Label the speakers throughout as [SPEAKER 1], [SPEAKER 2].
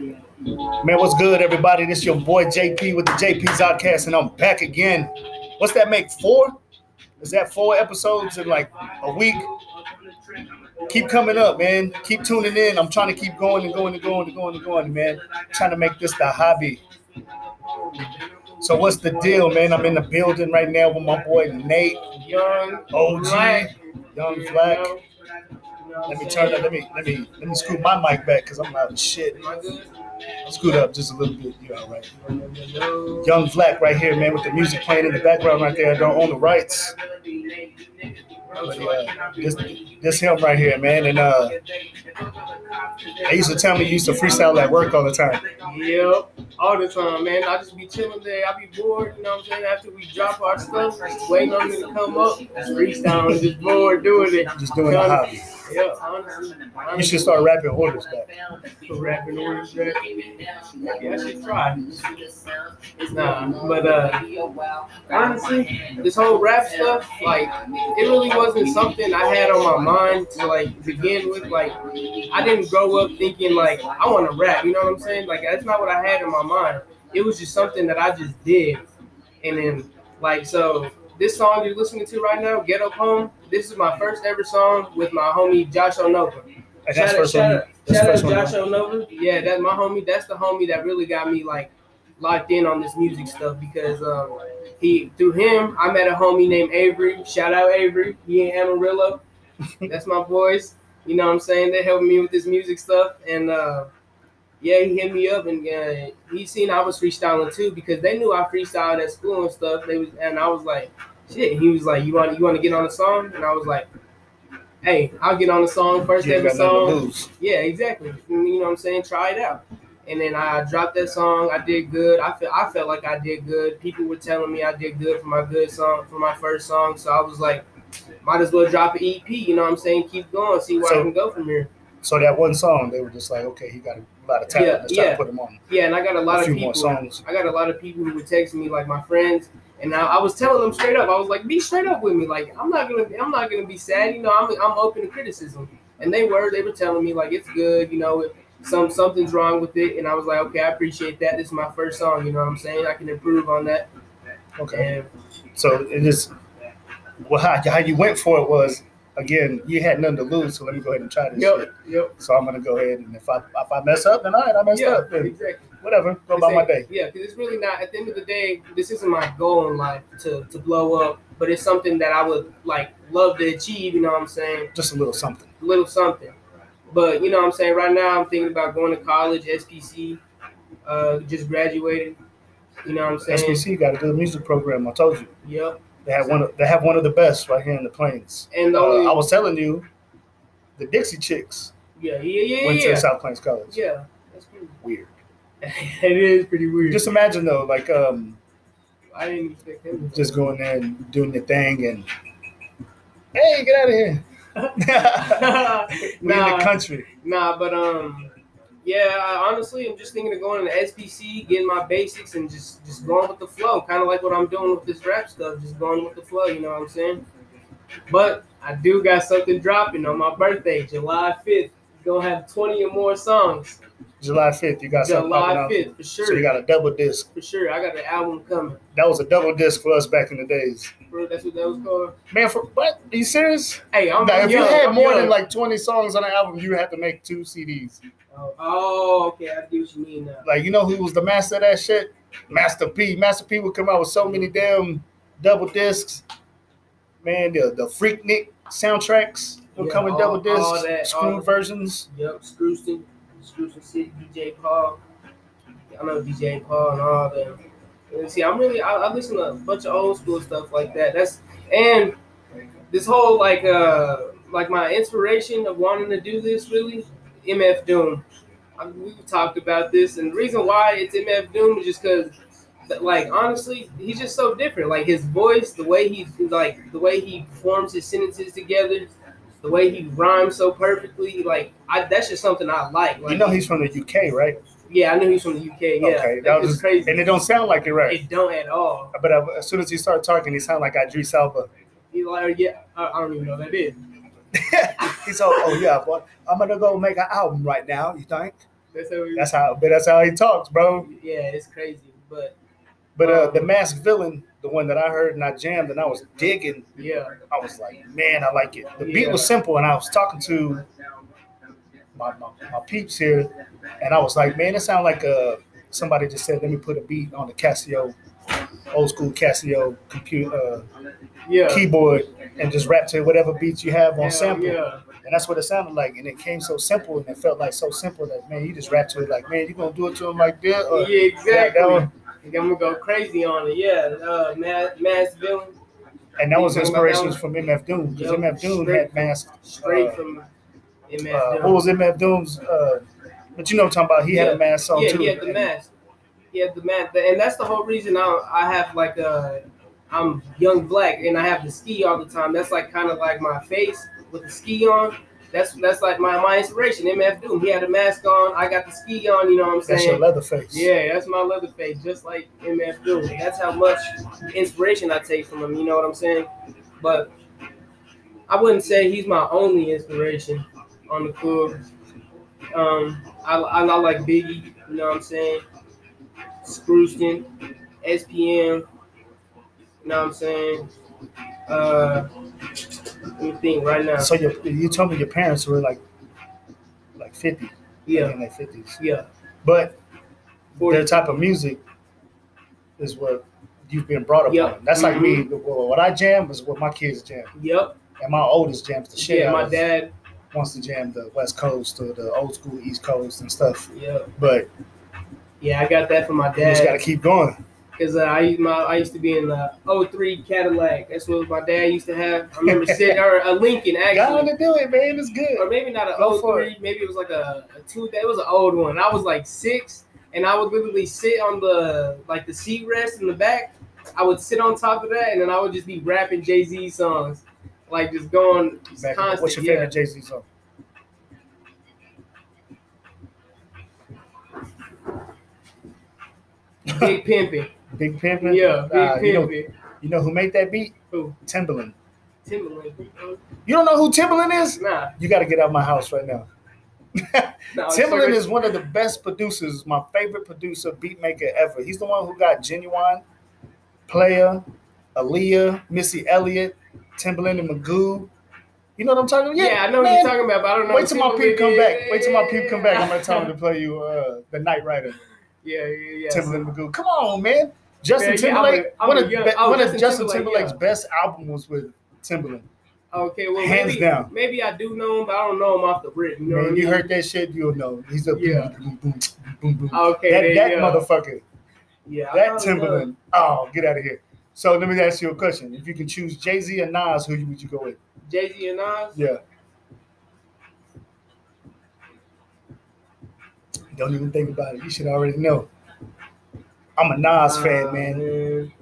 [SPEAKER 1] Man, what's good, everybody? This your boy JP with the JP's Outcast, and I'm back again. What's that make? Four? Is that four episodes in like a week? Keep coming up, man. Keep tuning in. I'm trying to keep going and going and going and going and going, man. Trying to make this the hobby. So what's the deal, man? I'm in the building right now with my boy Nate,
[SPEAKER 2] Young
[SPEAKER 1] OG,
[SPEAKER 2] Black.
[SPEAKER 1] Young Black. Let me turn that. Let me let me let me scoot my mic back because I'm loud as shit. Scoot up just a little bit. You're all right. Young Black right here, man, with the music playing in the background right there. I don't own the rights. But, uh, this, this him right here, man. And uh, they used to tell me you used to freestyle at work all the time.
[SPEAKER 2] Yep, all the time, man. I just be chilling there. I be bored, you know what I'm saying? After we drop our stuff, waiting on them to come up, just freestyling, just bored doing it.
[SPEAKER 1] Just doing the hobby.
[SPEAKER 2] Yeah, honestly.
[SPEAKER 1] You should start rapping orders back.
[SPEAKER 2] Rapping orders, right?
[SPEAKER 3] Yeah, I should try.
[SPEAKER 2] Nah, but uh, honestly, this whole rap stuff, like, it really wasn't something I had on my mind to like begin with. Like, I didn't grow up thinking like I want to rap. You know what I'm saying? Like, that's not what I had in my mind. It was just something that I just did, and then like so. This song you're listening to right now, "Get Up Home," this is my first ever song with my homie Josh Onova.
[SPEAKER 1] And that's
[SPEAKER 2] Shout out-
[SPEAKER 1] first
[SPEAKER 2] shout
[SPEAKER 1] one.
[SPEAKER 2] out-
[SPEAKER 1] That's
[SPEAKER 2] shout
[SPEAKER 1] first
[SPEAKER 2] out
[SPEAKER 1] one.
[SPEAKER 2] Josh Onova. Yeah, that's my homie. That's the homie that really got me like locked in on this music stuff because um, he through him I met a homie named Avery. Shout out Avery. He in Amarillo. That's my boys. You know what I'm saying? They helping me with this music stuff and uh, yeah, he hit me up and uh, he seen I was freestyling too because they knew I freestyled at school and stuff. They was and I was like, shit. He was like, you want you want to get on a song? And I was like. Hey, I'll get on the song first
[SPEAKER 1] You ain't
[SPEAKER 2] ever
[SPEAKER 1] got nothing to
[SPEAKER 2] song.
[SPEAKER 1] lose.
[SPEAKER 2] Yeah, exactly. You know what I'm saying? Try it out. And then I dropped that song. I did good. I felt I felt like I did good. People were telling me I did good for my good song for my first song. So I was like, might as well drop an EP. You know what I'm saying? Keep going, see where
[SPEAKER 1] So-
[SPEAKER 2] I can go from here.
[SPEAKER 1] So that one song, they were just like, okay, he got a lot of talent.
[SPEAKER 2] Yeah,
[SPEAKER 1] Let's try
[SPEAKER 2] yeah.
[SPEAKER 1] to put him on
[SPEAKER 2] Yeah, and I got a lot
[SPEAKER 1] a
[SPEAKER 2] of
[SPEAKER 1] few
[SPEAKER 2] people.
[SPEAKER 1] more songs.
[SPEAKER 2] I got a lot of people who would text me, like my friends, and I, I was telling them straight up. I was like, "Be straight up with me. Like, I'm not gonna, I'm not gonna be sad. You know, I'm, I'm open to criticism." And they were, they were telling me like, "It's good. You know, some something's wrong with it." And I was like, "Okay, I appreciate that. This is my first song. You know what I'm saying? I can improve on that."
[SPEAKER 1] Okay.
[SPEAKER 2] And
[SPEAKER 1] So it is. Well, how, how you went for it was again, you had nothing to lose. So let me go ahead and try this. shit.
[SPEAKER 2] yep, yep,
[SPEAKER 1] So I'm gonna go ahead and if I if I mess up, then all right, I messed
[SPEAKER 2] yeah,
[SPEAKER 1] up. Then
[SPEAKER 2] exactly.
[SPEAKER 1] whatever, go
[SPEAKER 2] This
[SPEAKER 1] about my
[SPEAKER 2] ain't-
[SPEAKER 1] day.
[SPEAKER 2] Yeah, because it's really not. At the end of the day, this isn't my goal in life to to blow up, but it's something that I would like love to achieve. You know what I'm saying?
[SPEAKER 1] Just a little something.
[SPEAKER 2] little something. But you know what I'm saying? Right now, I'm thinking about going to college, SPC, uh, just graduated. You know what I'm saying?
[SPEAKER 1] SBC got a good music program. I told you
[SPEAKER 2] Yep.
[SPEAKER 1] they have one. Of, they have one of the best right here in the plains.
[SPEAKER 2] And the
[SPEAKER 1] Uh,
[SPEAKER 2] only,
[SPEAKER 1] I was telling you, the Dixie Chicks
[SPEAKER 2] yeah, yeah, yeah,
[SPEAKER 1] went to
[SPEAKER 2] yeah.
[SPEAKER 1] South Plains College.
[SPEAKER 2] Yeah, that's pretty.
[SPEAKER 1] Weird.
[SPEAKER 2] it is pretty weird.
[SPEAKER 1] Just imagine though, like um,
[SPEAKER 2] I didn't expect him.
[SPEAKER 1] just going there and doing your thing and hey, get out of here. we in
[SPEAKER 2] Nah.
[SPEAKER 1] the country.
[SPEAKER 2] Nah, but um, yeah. I- Honestly, I'm just thinking of going to SPC, getting my basics, and just just going with the flow. Kind of like what I'm doing with this rap stuff, just going with the flow. You know what I'm saying? But I do got something dropping on my birthday, July 5th. Gonna have 20 or more songs.
[SPEAKER 1] July fifth, you got something popping
[SPEAKER 2] July
[SPEAKER 1] off.
[SPEAKER 2] 5th for sure.
[SPEAKER 1] So you got a double disc.
[SPEAKER 2] for sure, I got an album coming.
[SPEAKER 1] That was a double disc for us back in the days.
[SPEAKER 2] Bro, that's what that was called.
[SPEAKER 1] Man, for what? Are you serious?
[SPEAKER 2] Hey, I'm
[SPEAKER 1] Now,
[SPEAKER 2] young,
[SPEAKER 1] if you had
[SPEAKER 2] I'm
[SPEAKER 1] more
[SPEAKER 2] young.
[SPEAKER 1] than like 20 songs on an album, you had to make two CDs.
[SPEAKER 2] Oh, okay, I get what you mean now.
[SPEAKER 1] Like, you know who was the master of that shit? Master P. Master P would come out with so many damn double discs. Man, the, the Freaknik soundtracks would
[SPEAKER 2] Yeah,
[SPEAKER 1] come in
[SPEAKER 2] all-
[SPEAKER 1] double discs,
[SPEAKER 2] all that-
[SPEAKER 1] screwed
[SPEAKER 2] all-
[SPEAKER 1] versions.
[SPEAKER 2] Yep, Screwston, Screwston City, DJ Paul. I know DJ Paul and all them. And see, I'm really I, I listen to a bunch of old school stuff like that. That's and this whole like uh like my inspiration of wanting to do this really MF Doom. I, we've talked about this, and the reason why it's MF Doom is just because. Like honestly, he's just so different. Like his voice, the way he like the way he forms his sentences together, the way he rhymes so perfectly. Like I, that's just something I like. Like
[SPEAKER 1] You know he's from the UK, right?
[SPEAKER 2] yeah, I knew he's from the UK. Yeah,
[SPEAKER 1] Okay, that
[SPEAKER 2] Like,
[SPEAKER 1] was
[SPEAKER 2] it's crazy.
[SPEAKER 1] And it don't sound like it, right?
[SPEAKER 2] It don't at all.
[SPEAKER 1] But uh, as soon as he started talking, he sounded like Idris Elba.
[SPEAKER 2] You like, oh, yeah, I, I don't even know what that is.
[SPEAKER 1] he's all, oh yeah, boy, I'm gonna go make an album right now. You think?
[SPEAKER 2] That's how we.
[SPEAKER 1] That's how, but that's how he talks, bro.
[SPEAKER 2] yeah, it's crazy, but
[SPEAKER 1] But uh, the masked villain, the one that I heard and I jammed and I was digging,
[SPEAKER 2] yeah,
[SPEAKER 1] I was like, man, I like it. The beat was simple, and I was talking to my, my, my peeps here, and I was like, man, it sounds like uh, somebody just said, let me put a beat on the Casio, old school Casio computer uh,
[SPEAKER 2] yeah.
[SPEAKER 1] keyboard, and just rap to whatever beats you have on
[SPEAKER 2] yeah,
[SPEAKER 1] sample.
[SPEAKER 2] Yeah,
[SPEAKER 1] And that's what it sounded like. And it came so simple, and it felt like so simple that, man, you just rap to it like, man, you going to do it to him like this? Or,
[SPEAKER 2] yeah,
[SPEAKER 1] Uh, that-
[SPEAKER 2] exactly.
[SPEAKER 1] that one-
[SPEAKER 2] I'm gonna go crazy on it. Yeah, uh, mass, mass villain,
[SPEAKER 1] and that was
[SPEAKER 2] You talking about that
[SPEAKER 1] inspirations from MF Doom, because
[SPEAKER 2] Yep,
[SPEAKER 1] MF Doom
[SPEAKER 2] straight
[SPEAKER 1] had masked.
[SPEAKER 2] straight
[SPEAKER 1] uh,
[SPEAKER 2] from MS.
[SPEAKER 1] uh,
[SPEAKER 2] Dilla.
[SPEAKER 1] what was MF Doom's? Uh, but you know what I'm talking about. He had a
[SPEAKER 2] Yeah.
[SPEAKER 1] mask on
[SPEAKER 2] yeah,
[SPEAKER 1] too.
[SPEAKER 2] he had the
[SPEAKER 1] And
[SPEAKER 2] mask. He had the mask, and that's the whole reason I I have like a I'm young black and I have the ski all the time. That's like kind of like my face with the ski on. That's that's like my my inspiration. MF Doom. He had a mask on. I got the ski on. You know what I'm
[SPEAKER 1] That's your
[SPEAKER 2] saying?
[SPEAKER 1] leather face.
[SPEAKER 2] Yeah, that's my leather face, just like MF Doom. That's how much inspiration I take from him. You know what I'm saying? But I wouldn't say he's my only inspiration on the cool. Um, I, I, I like Biggie. You know what I'm saying? Scrooston, SPM. You know what I'm saying? Uh, let me think right now.
[SPEAKER 1] So your, you told me your parents were like, like 50. like
[SPEAKER 2] Yeah,
[SPEAKER 1] In their 50s.
[SPEAKER 2] yeah.
[SPEAKER 1] But
[SPEAKER 2] Forty.
[SPEAKER 1] their type of music is what you've been brought up
[SPEAKER 2] Yeah. Mm-hmm.
[SPEAKER 1] on. That's like me. Well, what I jam is what my kids jam,
[SPEAKER 2] Yep.
[SPEAKER 1] and my oldest jams the shit.
[SPEAKER 2] Yeah,
[SPEAKER 1] out
[SPEAKER 2] my
[SPEAKER 1] of-
[SPEAKER 2] dad.
[SPEAKER 1] wants to jam the West Coast or the old school East Coast and stuff.
[SPEAKER 2] Yeah,
[SPEAKER 1] But
[SPEAKER 2] yeah. I got that from my
[SPEAKER 1] you just got
[SPEAKER 2] dad.
[SPEAKER 1] to keep going.
[SPEAKER 2] Cause uh, I used my I used to be in the 03 Cadillac. That's what my dad used to have. I remember sitting or a Lincoln
[SPEAKER 1] Got
[SPEAKER 2] actually,
[SPEAKER 1] to do it, man. It's good.
[SPEAKER 2] or maybe not
[SPEAKER 1] Go
[SPEAKER 2] a
[SPEAKER 1] for
[SPEAKER 2] 03. Maybe it was like a, a two. It was an old one. I was like six, and I would literally sit on the like the seat rest in the back. I would sit on top of that, and then I would just be rapping Jay Z songs, like just going just
[SPEAKER 1] Back
[SPEAKER 2] constant.
[SPEAKER 1] What's your
[SPEAKER 2] yeah.
[SPEAKER 1] favorite Jay Z song?
[SPEAKER 2] Big pimping.
[SPEAKER 1] Big Pimpin'?
[SPEAKER 2] Yeah, big Oh,
[SPEAKER 1] Nah, you, know,
[SPEAKER 2] pimping.
[SPEAKER 1] you know who made that beat?
[SPEAKER 2] Who?
[SPEAKER 1] Timbaland.
[SPEAKER 2] Timberland.
[SPEAKER 1] You don't know who Timbaland is?
[SPEAKER 2] Nah,
[SPEAKER 1] You got to get out of my house right now.
[SPEAKER 2] nah.
[SPEAKER 1] Timbaland is one of the best producers, my favorite producer, beat maker ever. He's the one who got Genuine, Player, Aaliyah, Missy Elliott, Timbaland and Magoo. You know what I'm talking about?
[SPEAKER 2] Yeah, I know what
[SPEAKER 1] man.
[SPEAKER 2] you're talking about, but I don't know.
[SPEAKER 1] Wait till my peep
[SPEAKER 2] Timberland
[SPEAKER 1] come back.
[SPEAKER 2] is-
[SPEAKER 1] Wait till my peep come back. I'm gonna tell him to play you uh, the Night Rider,
[SPEAKER 2] Yeah, yeah, yeah.
[SPEAKER 1] Timberland Magoo. Come on, man. Justin
[SPEAKER 2] Man, yeah, I'm a-
[SPEAKER 1] Timberlake.
[SPEAKER 2] I'm
[SPEAKER 1] one
[SPEAKER 2] a
[SPEAKER 1] of,
[SPEAKER 2] young-
[SPEAKER 1] be-
[SPEAKER 2] oh,
[SPEAKER 1] one of
[SPEAKER 2] Justin
[SPEAKER 1] Justin
[SPEAKER 2] Timberlake,
[SPEAKER 1] Timberlake's best album was with Timberland.
[SPEAKER 2] Okay, well,
[SPEAKER 1] Hands
[SPEAKER 2] maybe,
[SPEAKER 1] down.
[SPEAKER 2] maybe I do know him, but I don't know him off the rip. You know what I
[SPEAKER 1] Man,
[SPEAKER 2] mean?
[SPEAKER 1] you heard that shit, you'll know. He's a boom,
[SPEAKER 2] Yeah. Oh,
[SPEAKER 1] boom, boom, boom, boom.
[SPEAKER 2] Okay,
[SPEAKER 1] that
[SPEAKER 2] there
[SPEAKER 1] that
[SPEAKER 2] you go.
[SPEAKER 1] motherfucker,
[SPEAKER 2] Yeah, I
[SPEAKER 1] that
[SPEAKER 2] probably
[SPEAKER 1] Timberland. Oh, get out of here. So let me ask you a question. If you can choose Jay Z and Nas, who would you go with?
[SPEAKER 2] know. Jay Z and Nas.
[SPEAKER 1] Yeah. Don't even think about it. You should already know. I'm a Nas fan,
[SPEAKER 2] Uh,
[SPEAKER 1] man.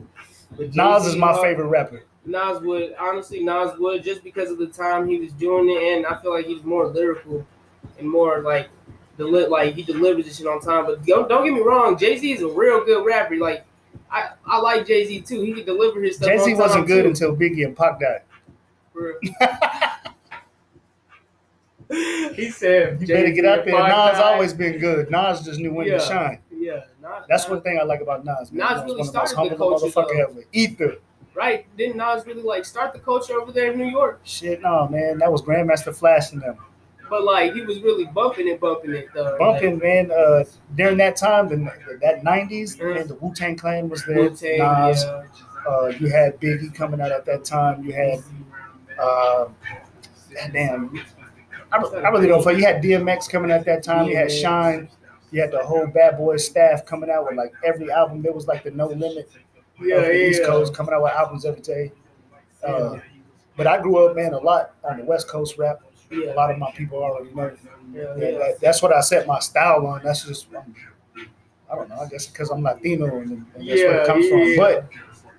[SPEAKER 2] But
[SPEAKER 1] Nas
[SPEAKER 2] Jay-Z uh,
[SPEAKER 1] is my
[SPEAKER 2] and
[SPEAKER 1] favorite rapper.
[SPEAKER 2] Nas would honestly Nas would just because of the time he was doing it, and I feel like he was more lyrical and more like deli- like he delivers this shit on time. But don't, don't get me wrong, Jay Z is a real good rapper. Like I, I like Jay Z too. He can deliver his stuff.
[SPEAKER 1] Jay Z
[SPEAKER 2] on
[SPEAKER 1] wasn't
[SPEAKER 2] time,
[SPEAKER 1] good
[SPEAKER 2] too.
[SPEAKER 1] until Biggie and Pac died.
[SPEAKER 2] For real. he said,
[SPEAKER 1] You better get out there.
[SPEAKER 2] Jay-Z,
[SPEAKER 1] Nas
[SPEAKER 2] Five
[SPEAKER 1] always been good. Nas just knew when
[SPEAKER 2] Yeah.
[SPEAKER 1] to shine.
[SPEAKER 2] Nine. Yeah, Nas,
[SPEAKER 1] That's
[SPEAKER 2] Nas-
[SPEAKER 1] one thing I like about Nas. man.
[SPEAKER 2] Nas really
[SPEAKER 1] He's one of the
[SPEAKER 2] started the
[SPEAKER 1] most humble
[SPEAKER 2] culture,
[SPEAKER 1] motherfucker ever. Ether.
[SPEAKER 2] right. Didn't Nas really like start the culture over there in New York?
[SPEAKER 1] Shit, no, man. That was Grandmaster Flash and them.
[SPEAKER 2] But like he was really bumping it, bumping it though.
[SPEAKER 1] Bumping, man. Uh, during that time, the, that 90s,
[SPEAKER 2] Mm.
[SPEAKER 1] and the Wu Tang Clan was
[SPEAKER 2] like,
[SPEAKER 1] there.
[SPEAKER 2] Wu-Tang,
[SPEAKER 1] Nas.
[SPEAKER 2] yeah.
[SPEAKER 1] Uh, you had Biggie coming out at that time. You had, uh, damn, I, I really don't fuck. You had DMX coming out at that time. You had
[SPEAKER 2] Yeah.
[SPEAKER 1] Shine. You had the whole Bad Boy staff coming out with like every album. There was like the No Limit
[SPEAKER 2] Yeah,
[SPEAKER 1] of the
[SPEAKER 2] yeah.
[SPEAKER 1] East Coast coming out with albums every day. Uh, but I grew up, man, a lot on the West Coast rap.
[SPEAKER 2] yeah,
[SPEAKER 1] A lot of my people already know.
[SPEAKER 2] yeah,
[SPEAKER 1] Yeah,
[SPEAKER 2] yeah.
[SPEAKER 1] that, that's what I set my style on. That's just, um, I don't know. I guess because I'm Latino and, and that's where
[SPEAKER 2] Yeah,
[SPEAKER 1] it comes from.
[SPEAKER 2] yeah.
[SPEAKER 1] But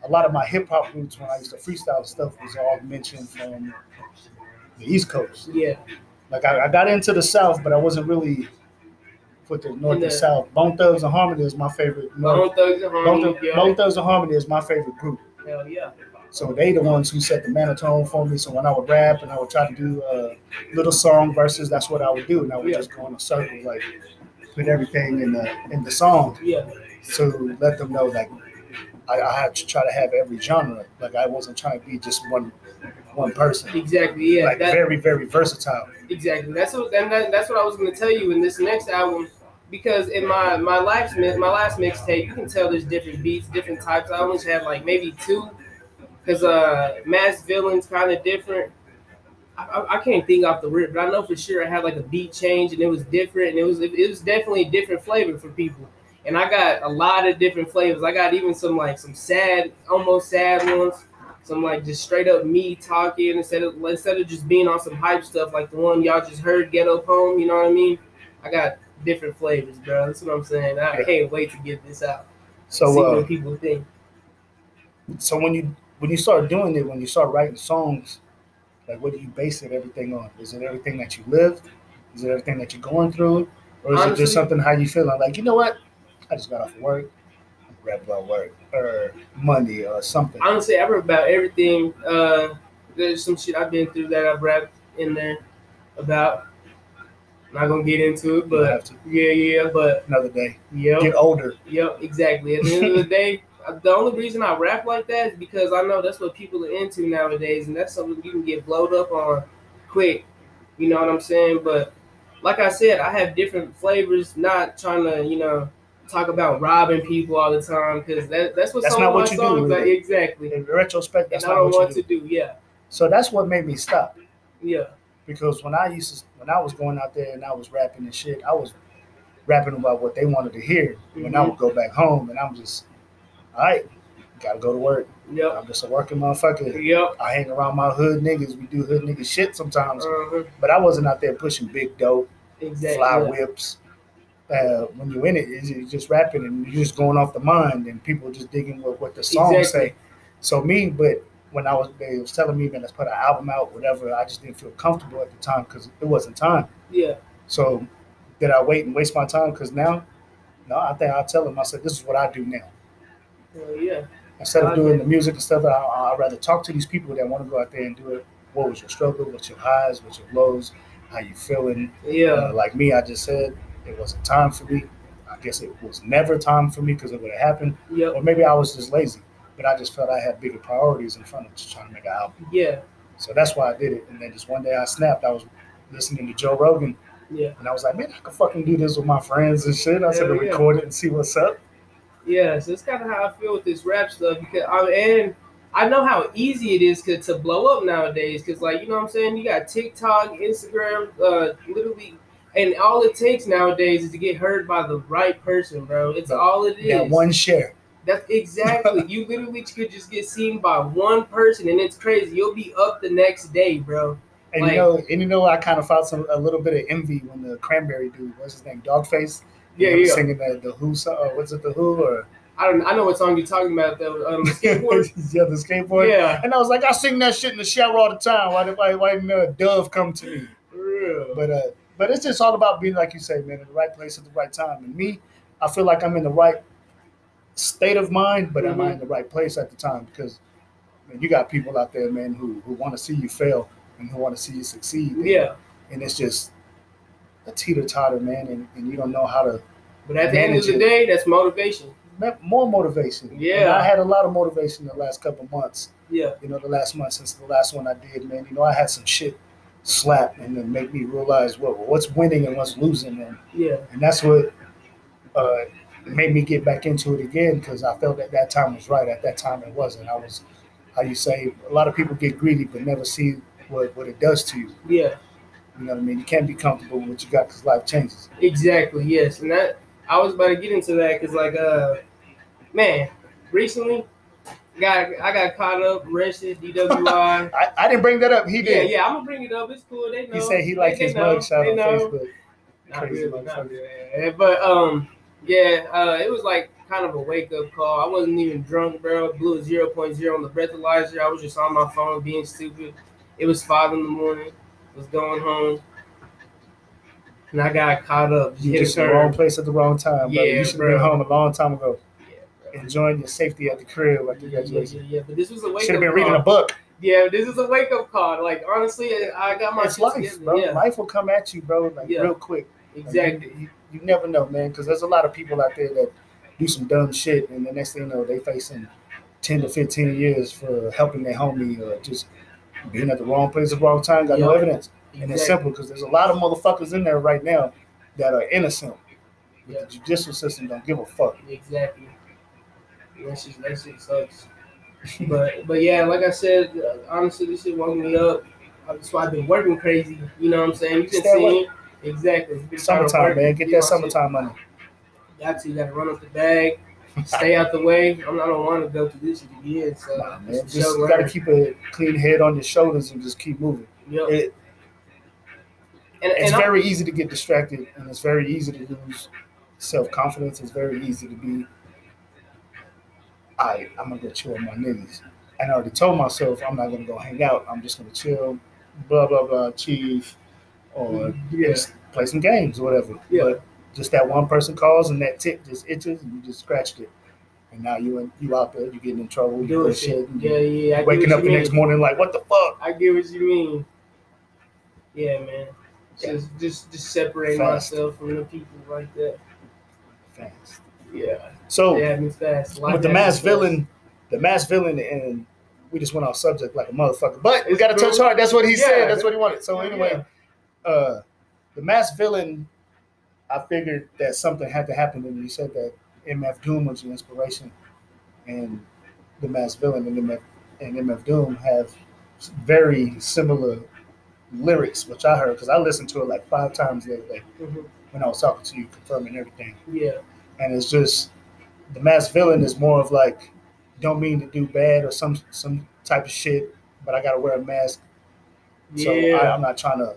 [SPEAKER 1] a lot of my hip hop roots when I used to freestyle stuff was all mentioned from the East Coast.
[SPEAKER 2] yeah.
[SPEAKER 1] Like I, I got into the South, but I wasn't really with the North
[SPEAKER 2] Yeah.
[SPEAKER 1] and South. Bone Thugs and Harmony is my favorite. North,
[SPEAKER 2] Bone Thugs and
[SPEAKER 1] Bone,
[SPEAKER 2] Harmony.
[SPEAKER 1] Thug-
[SPEAKER 2] yeah.
[SPEAKER 1] Bone Thugs and Harmony is my favorite group.
[SPEAKER 2] Hell yeah.
[SPEAKER 1] So they the ones who set the monotone for me. So when I would rap and I would try to do uh, little song verses, that's what I would do, and I would
[SPEAKER 2] Yeah.
[SPEAKER 1] just go in a circle like put everything in the in the song
[SPEAKER 2] Yeah.
[SPEAKER 1] to let them know like I, I had to try to have every genre. Like I wasn't trying to be just one one person.
[SPEAKER 2] Exactly. Yeah.
[SPEAKER 1] like
[SPEAKER 2] that,
[SPEAKER 1] very very versatile.
[SPEAKER 2] Exactly. That's what and that, that's what I was gonna tell you in this next album because in my my last mi- my last mixtape you can tell there's different beats, different types. I only had like maybe two because uh Mass Villains kind of different. I, I, I can't think off the rip, but I know for sure I had like a beat change and it was different and it was it, it was definitely a different flavor for people. And I got a lot of different flavors. I got even some like some sad, almost sad ones some like just straight up me talking instead of instead of just being on some hype stuff like the one y'all just heard, Ghetto Poem. You know what I mean? I got different flavors, bro. That's what I'm saying. I can't wait to get this out. see
[SPEAKER 1] So
[SPEAKER 2] what
[SPEAKER 1] uh,
[SPEAKER 2] people think.
[SPEAKER 1] so when you when you start doing it, when you start writing songs, like what do you base it everything on? Is it everything that you lived? Is it everything that you're going through? Or is it
[SPEAKER 2] Honestly-
[SPEAKER 1] just something how you feeling? Like, you know what? I just got off work. I'm grabbing my work or Monday or something.
[SPEAKER 2] Honestly, I rap about everything. Uh, there's some shit I've been through that I've rapped in there about. Not gonna get into it,
[SPEAKER 1] You
[SPEAKER 2] but
[SPEAKER 1] have to
[SPEAKER 2] yeah, yeah, but
[SPEAKER 1] another day.
[SPEAKER 2] yeah.
[SPEAKER 1] Get older.
[SPEAKER 2] Yep, exactly. At the end of the day, uh, the only reason I rap like that is because I know that's what people are into nowadays, and that's something you can get blowed up on quick. You know what I'm saying? But like I said, I have different flavors. Not trying to, you know, talk about robbing people all the time because that, that's what
[SPEAKER 1] That's
[SPEAKER 2] some
[SPEAKER 1] not
[SPEAKER 2] of my
[SPEAKER 1] what you do,
[SPEAKER 2] songs
[SPEAKER 1] really.
[SPEAKER 2] are. Exactly.
[SPEAKER 1] In retrospect, that's
[SPEAKER 2] and I
[SPEAKER 1] not
[SPEAKER 2] don't
[SPEAKER 1] what
[SPEAKER 2] want
[SPEAKER 1] you do.
[SPEAKER 2] to do. Yeah,
[SPEAKER 1] So that's what made me stop.
[SPEAKER 2] yeah,
[SPEAKER 1] Because when I used to when I was going out there and I was rapping and shit, I was rapping about what they wanted to hear. When I
[SPEAKER 2] Mhm.
[SPEAKER 1] would go back home and I'm just, all right, gotta go to work.
[SPEAKER 2] yep,
[SPEAKER 1] I'm just a working motherfucker.
[SPEAKER 2] yep.
[SPEAKER 1] I hang around my hood niggas. We do hood nigga shit sometimes.
[SPEAKER 2] uh
[SPEAKER 1] But I wasn't out there pushing big dope,
[SPEAKER 2] Exactly.
[SPEAKER 1] fly whips. Uh, when you're in it, it's- you're just rapping and you're just going off the mind, and people just digging with what the songs
[SPEAKER 2] Exactly.
[SPEAKER 1] say. So me, but when I was they was telling me, man, let's put an album out, whatever. I just didn't feel comfortable at the time because it wasn't time.
[SPEAKER 2] Yeah,
[SPEAKER 1] So did I wait and waste my time? Because now, no, I think I'll tell them. I said, this is what I do now.
[SPEAKER 2] Hell yeah.
[SPEAKER 1] Instead
[SPEAKER 2] I
[SPEAKER 1] of doing
[SPEAKER 2] get
[SPEAKER 1] the music and stuff, I, I- I'd rather talk to these people that want to go out there and do it. What was your struggle? What's your highs? What's your lows? How you feeling?
[SPEAKER 2] Yeah,
[SPEAKER 1] Uh, like me, I just said it wasn't time for me. I guess it was never time for me because it would have happened.
[SPEAKER 2] yep,
[SPEAKER 1] Or maybe I was just lazy, but I just felt I had bigger priorities in front of just trying to make an album.
[SPEAKER 2] yeah,
[SPEAKER 1] So that's why I did it. And then just one day I snapped. I was listening to Joe Rogan
[SPEAKER 2] yeah,
[SPEAKER 1] and I was like, man, I could fucking do this with my friends and shit. I said,
[SPEAKER 2] Hell
[SPEAKER 1] to
[SPEAKER 2] yeah.
[SPEAKER 1] record it and see what's up.
[SPEAKER 2] Yeah, so that's kind of how I feel with this rap stuff because I and I know how easy it is to, to blow up nowadays because like you know what I'm saying you got TikTok, Instagram, uh, literally, and all it takes nowadays is to get heard by the right person, bro. It's all it is.
[SPEAKER 1] That one share.
[SPEAKER 2] That's exactly. you literally could just get seen by one person, and it's crazy. You'll be up the next day, bro.
[SPEAKER 1] And
[SPEAKER 2] Like-
[SPEAKER 1] you know, and you know, I kind of felt some a little bit of envy when the Cranberry dude, what's his name, Dogface,
[SPEAKER 2] Yeah,
[SPEAKER 1] he was
[SPEAKER 2] yeah.
[SPEAKER 1] singing the, the Who song, or was it the Who or
[SPEAKER 2] I don't. I know what song you're talking about though. Um, skateboard.
[SPEAKER 1] yeah, the skateboard.
[SPEAKER 2] yeah,
[SPEAKER 1] And I was like, I sing that shit in the shower all the time. Why did why, why didn't a dove come to me?
[SPEAKER 2] for real.
[SPEAKER 1] But uh, but it's just all about being like you say, man, in the right place at the right time. And me, I feel like I'm in the right state of mind, but am I in the right place at the time? Because man, you got people out there, man, who who want to see you fail and who want to see you succeed.
[SPEAKER 2] Yeah.
[SPEAKER 1] and it's just a teeter totter, man, and, and you don't know how to
[SPEAKER 2] But at the end of
[SPEAKER 1] Manage
[SPEAKER 2] the
[SPEAKER 1] it.
[SPEAKER 2] day, that's motivation.
[SPEAKER 1] ma- more motivation.
[SPEAKER 2] Yeah.
[SPEAKER 1] And I had a lot of motivation the last couple months.
[SPEAKER 2] Yeah.
[SPEAKER 1] You know, the last month since the last one I did, man. You know, I had some shit slap and then make me realize what what's winning and what's losing, and
[SPEAKER 2] Yeah.
[SPEAKER 1] and that's what uh, made me get back into it again because I felt that that time was right. At that time, it wasn't. I was how you say a lot of people get greedy but never see what what it does to you.
[SPEAKER 2] Yeah.
[SPEAKER 1] You know what I mean? You can't be comfortable with what you got because life changes.
[SPEAKER 2] Exactly. Yes, and that I was about to get into that because, like, uh, man, recently got I got caught up, arrested, DWI.
[SPEAKER 1] I, I didn't bring that up. He
[SPEAKER 2] yeah,
[SPEAKER 1] did.
[SPEAKER 2] yeah, I'm gonna bring it up. It's cool. They know.
[SPEAKER 1] He said he liked
[SPEAKER 2] They-
[SPEAKER 1] his
[SPEAKER 2] they know.
[SPEAKER 1] mugshot
[SPEAKER 2] They
[SPEAKER 1] on
[SPEAKER 2] know.
[SPEAKER 1] Facebook.
[SPEAKER 2] Not
[SPEAKER 1] Crazy
[SPEAKER 2] really, not
[SPEAKER 1] motherfucker.
[SPEAKER 2] really. Yeah, But um, yeah, uh, it was like kind of a wake up call. I wasn't even drunk, bro. Blew a 0.0 on the breathalyzer. I was just on my phone being stupid. It was five in the morning. Was going home, and I got caught up.
[SPEAKER 1] You
[SPEAKER 2] hit a
[SPEAKER 1] just in the
[SPEAKER 2] curb.
[SPEAKER 1] wrong place at the wrong time, brother.
[SPEAKER 2] Yeah,
[SPEAKER 1] you should have
[SPEAKER 2] bro.
[SPEAKER 1] been home a long time ago,
[SPEAKER 2] Yeah, bro.
[SPEAKER 1] enjoying your safety at the crib after
[SPEAKER 2] Yeah, yeah,
[SPEAKER 1] graduation.
[SPEAKER 2] yeah, yeah, but this was a wake
[SPEAKER 1] Should have
[SPEAKER 2] up
[SPEAKER 1] been reading a
[SPEAKER 2] call.
[SPEAKER 1] book.
[SPEAKER 2] Yeah, this is a wake up call. Like honestly, I I got my
[SPEAKER 1] It's
[SPEAKER 2] shit
[SPEAKER 1] life,
[SPEAKER 2] together.
[SPEAKER 1] bro.
[SPEAKER 2] Yeah,
[SPEAKER 1] Life will come at you, bro, like
[SPEAKER 2] Yeah.
[SPEAKER 1] real quick. Like,
[SPEAKER 2] exactly.
[SPEAKER 1] you- you never know, man, because there's a lot of people out there that do some dumb shit, and the next thing you know, they facing ten to fifteen years for helping their homie or just being at the wrong place at the wrong time. Got no
[SPEAKER 2] Yeah.
[SPEAKER 1] evidence, and it's simple because there's a lot of motherfuckers in there right now that are innocent. But the judicial system don't give a fuck.
[SPEAKER 2] Exactly. That shit, that shit sucks. but but yeah, like I said, uh, honestly, this shit woke me up. Uh, That's why I've been working crazy. You know what I'm saying? You can
[SPEAKER 1] Stay
[SPEAKER 2] see
[SPEAKER 1] awake.
[SPEAKER 2] it. Exactly. Been trying to
[SPEAKER 1] Summertime,
[SPEAKER 2] work,
[SPEAKER 1] man, get
[SPEAKER 2] you know
[SPEAKER 1] that
[SPEAKER 2] what I'm saying?
[SPEAKER 1] summertime money.
[SPEAKER 2] Got to, you gotta run up the bag, stay out the way. I'm not, I don't want to go through this shit again. So
[SPEAKER 1] Nah, man,
[SPEAKER 2] it's
[SPEAKER 1] just
[SPEAKER 2] a show
[SPEAKER 1] you gotta
[SPEAKER 2] learning.
[SPEAKER 1] keep a clean head on your shoulders and just keep moving.
[SPEAKER 2] Yep.
[SPEAKER 1] It,
[SPEAKER 2] and,
[SPEAKER 1] it's
[SPEAKER 2] and I'm-
[SPEAKER 1] very easy to get distracted and it's very easy to lose self-confidence it's very easy to be i i'm gonna go chill on my niggas and i already told myself i'm not gonna go hang out i'm just gonna chill blah blah blah chief or
[SPEAKER 2] yeah.
[SPEAKER 1] just play some games or whatever
[SPEAKER 2] Yeah.
[SPEAKER 1] but just that one person calls and that tip just itches and you just scratched it and now you in, you out there you getting in trouble you
[SPEAKER 2] doing
[SPEAKER 1] doing
[SPEAKER 2] shit.
[SPEAKER 1] shit and
[SPEAKER 2] Yeah, yeah. I get
[SPEAKER 1] waking
[SPEAKER 2] what
[SPEAKER 1] up the
[SPEAKER 2] you mean.
[SPEAKER 1] next morning like what the fuck
[SPEAKER 2] I get what you mean. Yeah, man.
[SPEAKER 1] Yeah.
[SPEAKER 2] Just just just separate
[SPEAKER 1] Fast.
[SPEAKER 2] myself from the people like that.
[SPEAKER 1] fast
[SPEAKER 2] Yeah.
[SPEAKER 1] so
[SPEAKER 2] Yeah, it's fast. Life
[SPEAKER 1] Oh. with the
[SPEAKER 2] happens
[SPEAKER 1] mass
[SPEAKER 2] fast.
[SPEAKER 1] villain, the mass villain, and we just went off subject like a motherfucker. But we
[SPEAKER 2] It's
[SPEAKER 1] got to
[SPEAKER 2] true.
[SPEAKER 1] touch hard. That's what he
[SPEAKER 2] Yeah.
[SPEAKER 1] said. That's what he wanted. So
[SPEAKER 2] Yeah,
[SPEAKER 1] anyway, uh, the mass villain, I figured that something had to happen when you said that MF Doom was your inspiration, and the mass villain and MF and MF Doom have very similar lyrics, which I heard because I listened to it like five times the other day
[SPEAKER 2] Mhm.
[SPEAKER 1] when I was talking to you, confirming everything
[SPEAKER 2] Yeah.
[SPEAKER 1] and it's just the mass villain is more of like don't mean to do bad or some some type of shit, but I gotta wear a mask, so
[SPEAKER 2] Yeah.
[SPEAKER 1] I, I'm not trying to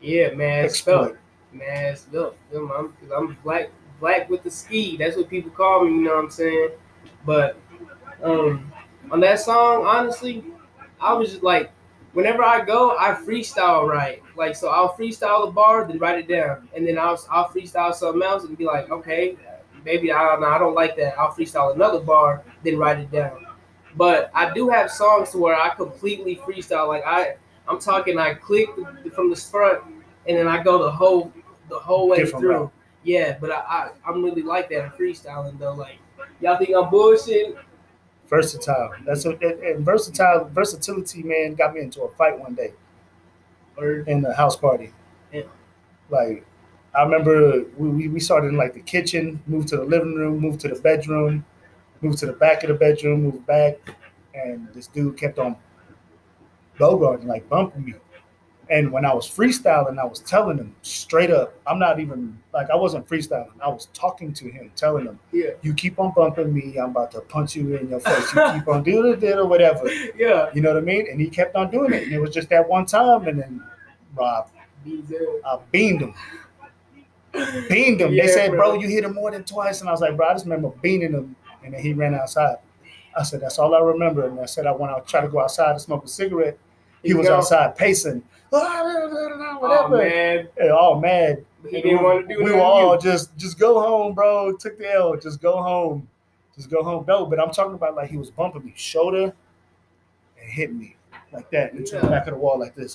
[SPEAKER 2] yeah, masked up.
[SPEAKER 1] exploit.
[SPEAKER 2] Masked up. Them- I'm, 'cause I'm black black with the ski. That's what people call me, you know what I'm saying? But um on that song, honestly, I was just like whenever I go, I freestyle right. Like so I'll freestyle a bar, then write it down. And then I'll I'll freestyle something else and be like, okay, maybe I don't know, I don't like that. I'll freestyle another bar, then write it down. But I do have songs to where I completely freestyle. Like I I'm talking I click from the front and then I go the whole the whole way
[SPEAKER 1] Different
[SPEAKER 2] through.
[SPEAKER 1] route.
[SPEAKER 2] Yeah, but I, I I'm really like that in freestyling though. Like y'all think I'm bullshitting?
[SPEAKER 1] Versatile. That's what and, and versatile versatility man got me into a fight one day
[SPEAKER 2] Or
[SPEAKER 1] in the house party.
[SPEAKER 2] Yeah.
[SPEAKER 1] Like I remember we, we, we started in like the kitchen, moved to the living room, moved to the bedroom, moved to the back of the bedroom, moved back, and this dude kept on bogarting, like bumping me. And when I was freestyling, I was telling him straight up, I'm not even like I wasn't freestyling. I was talking to him, telling him,
[SPEAKER 2] Yeah.
[SPEAKER 1] you keep on bumping me, I'm about to punch you in your face. You keep on doing it or whatever.
[SPEAKER 2] yeah,
[SPEAKER 1] You know what I mean? And he kept on doing it. And it was just that one time. And then Rob,
[SPEAKER 2] these are-
[SPEAKER 1] I beamed him. Beamed him.
[SPEAKER 2] Yeah,
[SPEAKER 1] they said,
[SPEAKER 2] bro.
[SPEAKER 1] bro. you hit him more than twice. And I was like, bro, I just remember beating him. And then he ran outside. I said, that's all I remember. And I said, I want to try to go outside to smoke a cigarette. He
[SPEAKER 2] You
[SPEAKER 1] was
[SPEAKER 2] know?
[SPEAKER 1] outside pacing.
[SPEAKER 2] Oh
[SPEAKER 1] Whatever.
[SPEAKER 2] man,
[SPEAKER 1] And all mad.
[SPEAKER 2] he didn't want to do
[SPEAKER 1] We
[SPEAKER 2] that.
[SPEAKER 1] were all just just go home, bro. Took the L. Just go home. Just go home. No, but I'm talking about like he was bumping me shoulder and hit me like that into the
[SPEAKER 2] Yeah.
[SPEAKER 1] back of the wall like this.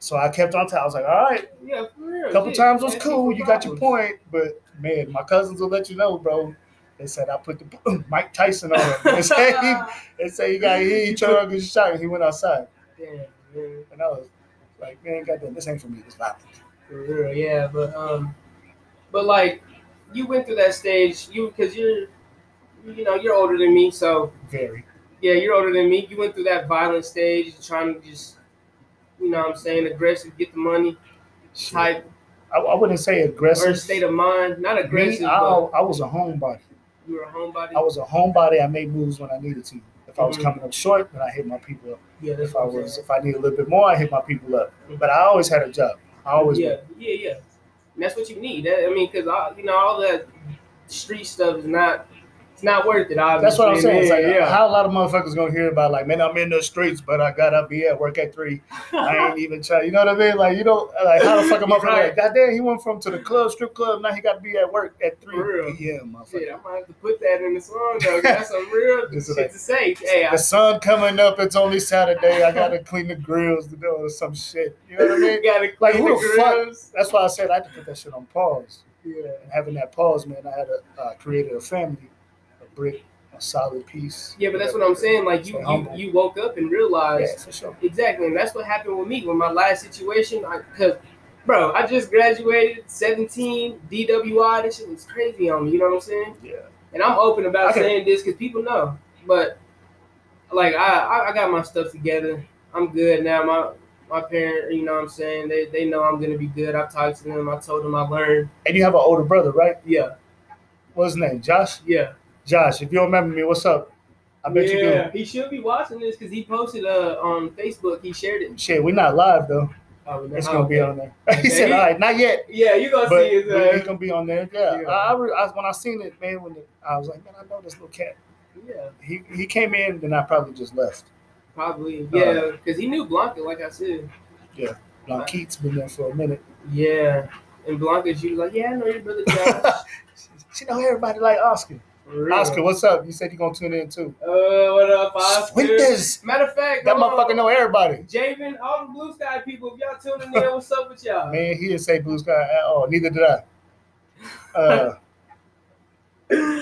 [SPEAKER 1] So I kept on. T- I was like, all right,
[SPEAKER 2] yeah, for real.
[SPEAKER 1] a couple
[SPEAKER 2] shit.
[SPEAKER 1] times was
[SPEAKER 2] That's
[SPEAKER 1] cool.
[SPEAKER 2] people
[SPEAKER 1] You got your
[SPEAKER 2] problems.
[SPEAKER 1] point, but man, my cousins will let you know, bro. They said I put the Mike Tyson on him. They say they say you got he trying to shot. and He went outside,
[SPEAKER 2] Damn, man,
[SPEAKER 1] and I was like, man, goddamn, this ain't for me. This violence.
[SPEAKER 2] for real, yeah. But um, but like, you went through that stage, you because you're, you know, you're older than me, so
[SPEAKER 1] Very.
[SPEAKER 2] yeah, you're older than me. You went through that violent stage, trying to just, you know, what I'm saying, aggressive, get the money
[SPEAKER 1] Shit. I,
[SPEAKER 2] type
[SPEAKER 1] I wouldn't say
[SPEAKER 2] or
[SPEAKER 1] aggressive.
[SPEAKER 2] state of mind, not aggressive,
[SPEAKER 1] Me, I,
[SPEAKER 2] but
[SPEAKER 1] I was a homebody.
[SPEAKER 2] you were a homebody.
[SPEAKER 1] I was a homebody. I made moves when I needed to. If I was
[SPEAKER 2] Mhm.
[SPEAKER 1] coming up short, then I hit my people up.
[SPEAKER 2] yeah, that's
[SPEAKER 1] If I
[SPEAKER 2] what I'm
[SPEAKER 1] was,
[SPEAKER 2] saying.
[SPEAKER 1] if I need a little bit more, I hit my people up. But I always had a job. I always
[SPEAKER 2] Mm-hmm. yeah, yeah, yeah. And that's what you need. That, I mean, because you know all that street stuff is not, it's not worth it. Obviously,
[SPEAKER 1] That's what I'm saying. It's
[SPEAKER 2] Yeah,
[SPEAKER 1] like
[SPEAKER 2] yeah.
[SPEAKER 1] how a lot of motherfuckers gonna hear about like, man, I'm in the streets, but I gotta be at work at three. I ain't even trying. You know what I mean? Like you don't like how the fuck a motherfucker
[SPEAKER 2] Right.
[SPEAKER 1] like, goddamn, he went from to the club, strip club, now he gotta be at work at three
[SPEAKER 2] For real.
[SPEAKER 1] p.m. Motherfucker.
[SPEAKER 2] Shit, I might have to put that in the song though. 'cause That's some real
[SPEAKER 1] This is
[SPEAKER 2] shit
[SPEAKER 1] like-
[SPEAKER 2] to say. Hey, I,
[SPEAKER 1] The sun coming up. It's only Saturday. I gotta clean the grills, you know, or some shit. You know what I mean?
[SPEAKER 2] gotta
[SPEAKER 1] Like,
[SPEAKER 2] clean
[SPEAKER 1] who
[SPEAKER 2] the
[SPEAKER 1] the fuck-
[SPEAKER 2] grills.
[SPEAKER 1] That's why I said I had to put that shit on pause.
[SPEAKER 2] Yeah.
[SPEAKER 1] And having that pause, man, I had a uh, created a family, a brick, a solid piece.
[SPEAKER 2] Yeah, but that's what I'm saying. Like you,
[SPEAKER 1] So
[SPEAKER 2] you,
[SPEAKER 1] humble.
[SPEAKER 2] you woke up and realized
[SPEAKER 1] Yeah, for sure.
[SPEAKER 2] exactly, and that's what happened with me with my last situation. I, cause, bro, I just graduated, 17, DWI. This shit was crazy on me. You know what I'm saying?
[SPEAKER 1] Yeah.
[SPEAKER 2] And I'm open about
[SPEAKER 1] Okay.
[SPEAKER 2] saying this because people know. But like, I, I, I got my stuff together. I'm good now. My, my parent, you know what I'm saying? They, they know I'm gonna be good. I talked to them. I told them I learned.
[SPEAKER 1] And you have an older brother, right?
[SPEAKER 2] Yeah,
[SPEAKER 1] What's his name? Josh?
[SPEAKER 2] yeah.
[SPEAKER 1] Josh, if you remember me, what's up? I bet you do.
[SPEAKER 2] yeah. He should be watching this because he posted uh on Facebook. He shared it.
[SPEAKER 1] Shit, we're not live though.
[SPEAKER 2] Oh, no.
[SPEAKER 1] It's gonna be
[SPEAKER 2] Okay.
[SPEAKER 1] on there. he said,
[SPEAKER 2] Yeah,
[SPEAKER 1] "All
[SPEAKER 2] he-
[SPEAKER 1] right, not yet."
[SPEAKER 2] Yeah, you gonna
[SPEAKER 1] But
[SPEAKER 2] see his
[SPEAKER 1] but he's
[SPEAKER 2] uh,
[SPEAKER 1] gonna be on there. Yeah,
[SPEAKER 2] Yeah.
[SPEAKER 1] I, I, re- I when I seen it, man, when the, I was like, "Man, I know this little cat."
[SPEAKER 2] yeah,
[SPEAKER 1] He he came in, then I probably just left. Uh,
[SPEAKER 2] probably yeah, because he knew Blanca, like I said.
[SPEAKER 1] Now Keats been there for a minute.
[SPEAKER 2] Yeah, and Blanca, she was like, yeah, I know your brother Josh.
[SPEAKER 1] she know everybody like Oscar.
[SPEAKER 2] For real.
[SPEAKER 1] Oscar, what's up? You said you gonna tune in too.
[SPEAKER 2] uh, what up, Oscar?
[SPEAKER 1] Sweetness.
[SPEAKER 2] Matter of fact,
[SPEAKER 1] That
[SPEAKER 2] come on.
[SPEAKER 1] motherfucker know everybody.
[SPEAKER 2] Javen, all the blue sky people, if y'all tuning in, what's up with y'all?
[SPEAKER 1] Man, he didn't say blue sky at all. Neither did I. Uh,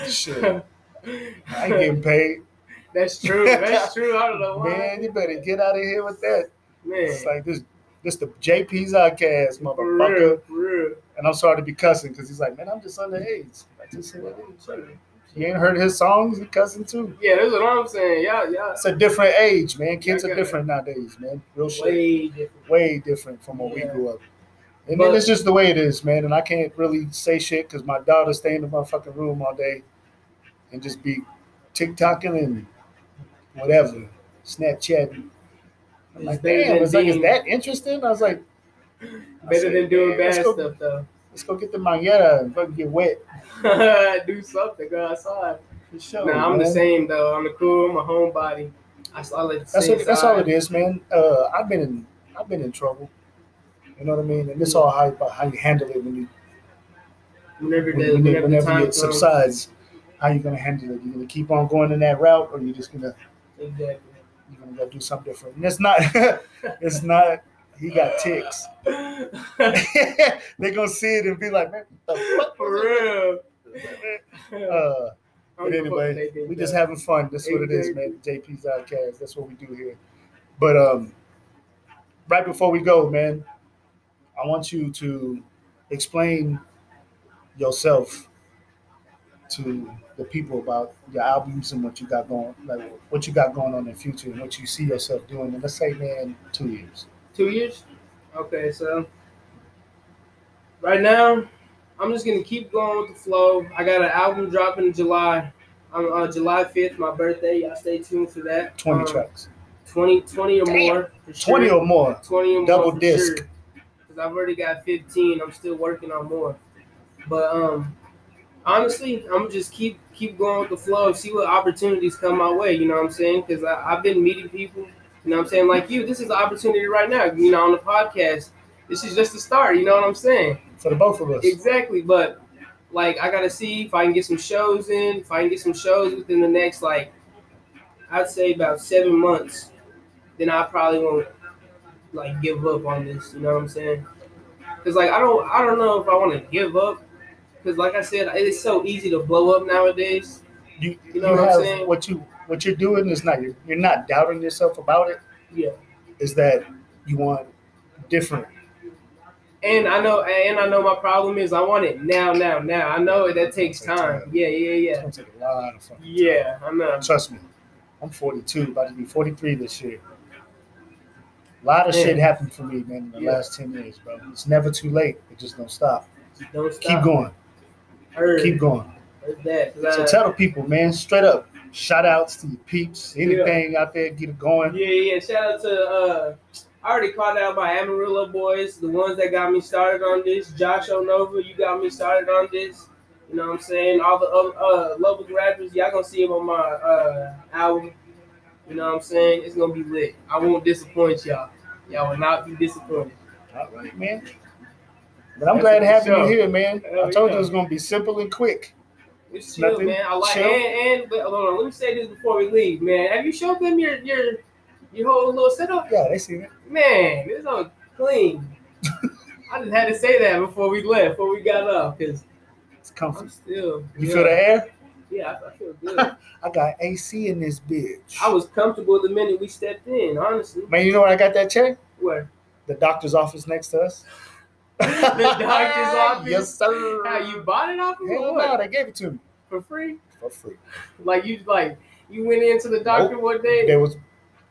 [SPEAKER 1] shit, I ain't getting paid.
[SPEAKER 2] That's true. That's true. I don't know why.
[SPEAKER 1] Man, you better get out of here with that.
[SPEAKER 2] Man.
[SPEAKER 1] It's like this, this the JP's podcast,
[SPEAKER 2] for
[SPEAKER 1] motherfucker.
[SPEAKER 2] real, for real.
[SPEAKER 1] And I'm sorry to be cussing because he's like, man, I'm just underage. Like, just say what it is.
[SPEAKER 2] True.
[SPEAKER 1] You ain't heard his songs, he cussing too.
[SPEAKER 2] Yeah, that's what I'm saying. Y'all, y'all,
[SPEAKER 1] It's a different age, man. Kids
[SPEAKER 2] Yeah,
[SPEAKER 1] are
[SPEAKER 2] I got it.
[SPEAKER 1] different nowadays, man. Real shit,
[SPEAKER 2] way different.
[SPEAKER 1] way different from when we
[SPEAKER 2] Yeah.
[SPEAKER 1] grew up. And
[SPEAKER 2] But-
[SPEAKER 1] then it's just the way it is, man. And I can't really say shit because my daughter stay in the motherfucking room all day and just be TikToking and whatever, Snapchatting. I'm
[SPEAKER 2] It's
[SPEAKER 1] like,
[SPEAKER 2] better
[SPEAKER 1] damn,
[SPEAKER 2] than
[SPEAKER 1] it's like, is
[SPEAKER 2] being-
[SPEAKER 1] that interesting? I was like, I
[SPEAKER 2] Better
[SPEAKER 1] said,
[SPEAKER 2] than doing
[SPEAKER 1] "Man,
[SPEAKER 2] bad
[SPEAKER 1] let's go-
[SPEAKER 2] stuff though.
[SPEAKER 1] Let's go get the manguera and fucking get wet.
[SPEAKER 2] do something, go outside.
[SPEAKER 1] For sure.
[SPEAKER 2] nah, I'm the
[SPEAKER 1] man.
[SPEAKER 2] same though. I'm the cool. I'm a homebody. I, I like the
[SPEAKER 1] That's
[SPEAKER 2] same
[SPEAKER 1] what, that's all it is, man. Uh, I've been in I've been in trouble. You know what I mean? And it's all how you, how you handle it when you
[SPEAKER 2] Whenever
[SPEAKER 1] when,
[SPEAKER 2] the
[SPEAKER 1] when it,
[SPEAKER 2] whenever, the
[SPEAKER 1] whenever
[SPEAKER 2] time um,
[SPEAKER 1] it
[SPEAKER 2] comes.
[SPEAKER 1] subsides. How you gonna handle it? You gonna keep on going in that route, or you just gonna
[SPEAKER 2] Exactly.
[SPEAKER 1] you gonna go do something different? And it's not it's not. He got ticks. They're gonna see it and be like, man, what the fuck
[SPEAKER 2] For
[SPEAKER 1] was
[SPEAKER 2] real.
[SPEAKER 1] that?" Uh, but anyway, we
[SPEAKER 2] uh,
[SPEAKER 1] just having fun. That's what it is, man. JP's Outcast. That's what we do here. But um, right before we go, man, I want you to explain yourself to the people about your albums and what you got going, like what you got going on in the future and what you see yourself doing. And let's say, man, two years.
[SPEAKER 2] two years. Okay, so right now I'm just gonna keep going with the flow. I got an album dropping in July. I'm uh, July 5th, my birthday. Y'all stay tuned for that.
[SPEAKER 1] Twenty
[SPEAKER 2] Um,
[SPEAKER 1] tracks,
[SPEAKER 2] 20, 20 or
[SPEAKER 1] Damn.
[SPEAKER 2] more. for sure.
[SPEAKER 1] twenty or more.
[SPEAKER 2] 20 or
[SPEAKER 1] Double
[SPEAKER 2] more for
[SPEAKER 1] disc.
[SPEAKER 2] sure. Cause I've already got 15. I'm still working on more. But um, honestly, I'm just keep keep going with the flow. See what opportunities come my way. You know what I'm saying? Cause I, I've been meeting people. You know what I'm saying? Like you, this is an opportunity right now. You know, on the podcast, this is just the start. You know what I'm saying?
[SPEAKER 1] for the both of us.
[SPEAKER 2] Exactly. But like, I gotta see if I can get some shows in. If I can get some shows within the next like, I'd say about seven months, then I probably won't like give up on this. You know what I'm saying? Cause like I don't I don't know if I want to give up. Cause like I said, it's so easy to blow up nowadays.
[SPEAKER 1] You,
[SPEAKER 2] You
[SPEAKER 1] you,
[SPEAKER 2] know what I'm
[SPEAKER 1] have
[SPEAKER 2] saying?
[SPEAKER 1] what you what you're doing is not you're, you're not doubting yourself about it.
[SPEAKER 2] Yeah.
[SPEAKER 1] is that you want different.
[SPEAKER 2] And I know and I know my problem is I want it now now now. I know that takes time. Yeah yeah
[SPEAKER 1] It's
[SPEAKER 2] yeah
[SPEAKER 1] gonna take a lot of fucking time.
[SPEAKER 2] yeah. I know.
[SPEAKER 1] Trust me, I'm 42, about to be 43 this year. A lot of
[SPEAKER 2] Yeah.
[SPEAKER 1] shit happened for me, man, in the
[SPEAKER 2] Yeah.
[SPEAKER 1] last 10 years, bro. It's never too late. It just don't stop.
[SPEAKER 2] Don't stop.
[SPEAKER 1] Keep going.
[SPEAKER 2] Heard.
[SPEAKER 1] Keep going.
[SPEAKER 2] Heard that. 'Cause
[SPEAKER 1] So
[SPEAKER 2] I-
[SPEAKER 1] tell the people, man, straight up. Shout outs to your peeps. Anything out there, get it going.
[SPEAKER 2] Yeah, yeah. Shout out to uh, I already called out my Amarillo boys, the ones that got me started on this. Josh Onova, you got me started on this. You know what I'm saying? All the other uh, local rappers, y'all gonna see them on my uh, album. You know what I'm saying? It's gonna be lit. I won't disappoint y'all. Y'all will not be disappointed.
[SPEAKER 1] All right, man. But I'm
[SPEAKER 2] That's
[SPEAKER 1] glad
[SPEAKER 2] what
[SPEAKER 1] having
[SPEAKER 2] we
[SPEAKER 1] you
[SPEAKER 2] show.
[SPEAKER 1] here, man.
[SPEAKER 2] Hell
[SPEAKER 1] I told
[SPEAKER 2] yeah.
[SPEAKER 1] you it was gonna be simple and quick.
[SPEAKER 2] It's chill,
[SPEAKER 1] Nothing.
[SPEAKER 2] man. I like
[SPEAKER 1] Chill.
[SPEAKER 2] and and but hold on, let me say this before we leave, man. Have you showed them your your your whole little setup?
[SPEAKER 1] Yeah, they see it.
[SPEAKER 2] Man, it's all clean. I just had to say that before we left, before we got up, because
[SPEAKER 1] It's
[SPEAKER 2] I'm
[SPEAKER 1] comfy.
[SPEAKER 2] still.
[SPEAKER 1] You
[SPEAKER 2] yeah,
[SPEAKER 1] feel the air?
[SPEAKER 2] Yeah, I, I feel good.
[SPEAKER 1] I got AC in this bitch.
[SPEAKER 2] I was comfortable the minute we stepped in, honestly.
[SPEAKER 1] Man, you know where I got that check?
[SPEAKER 2] Where?
[SPEAKER 1] The doctor's office next to us.
[SPEAKER 2] The doctor's office?
[SPEAKER 1] Yes, sir.
[SPEAKER 2] How you bought it off of
[SPEAKER 1] Hell
[SPEAKER 2] or
[SPEAKER 1] no,
[SPEAKER 2] what?
[SPEAKER 1] they gave it to me
[SPEAKER 2] For free?
[SPEAKER 1] for free.
[SPEAKER 2] Like you like you went into the doctor one day.
[SPEAKER 1] They was,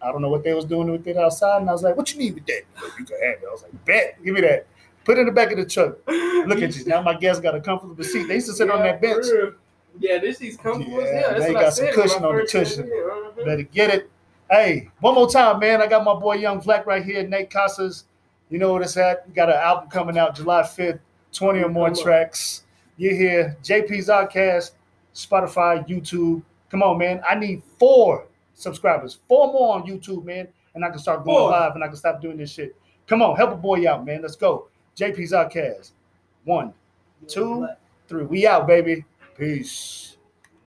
[SPEAKER 1] I don't know what they was doing with it outside, and I was like, "What you need with that? He's Like, you can have it." I was like, "Bet, give me that." Put it in the back of the truck. Look at you now. My guest got a comfortable seat. They used to sit on
[SPEAKER 2] Yeah,
[SPEAKER 1] that bench.
[SPEAKER 2] for real. Yeah, this is comfortable
[SPEAKER 1] Yeah,
[SPEAKER 2] as hell. That's
[SPEAKER 1] they
[SPEAKER 2] what I
[SPEAKER 1] got some
[SPEAKER 2] said.
[SPEAKER 1] cushion on the cushion.
[SPEAKER 2] uh
[SPEAKER 1] Better get it. Hey, one more time, man. I got my boy Young Black right here, Nate Casas. You know what it's at. We got an album coming out July 5th, 20 or more
[SPEAKER 2] Come on.
[SPEAKER 1] tracks. You're here. JP's Podcast, Spotify, YouTube. Come on, man. I need four subscribers, four more on YouTube, man. And I can start going
[SPEAKER 2] Four.
[SPEAKER 1] live and I can stop doing this shit. Come on, help a boy out, man. Let's go. JP's Podcast. One, Two. three. We out, baby. Peace.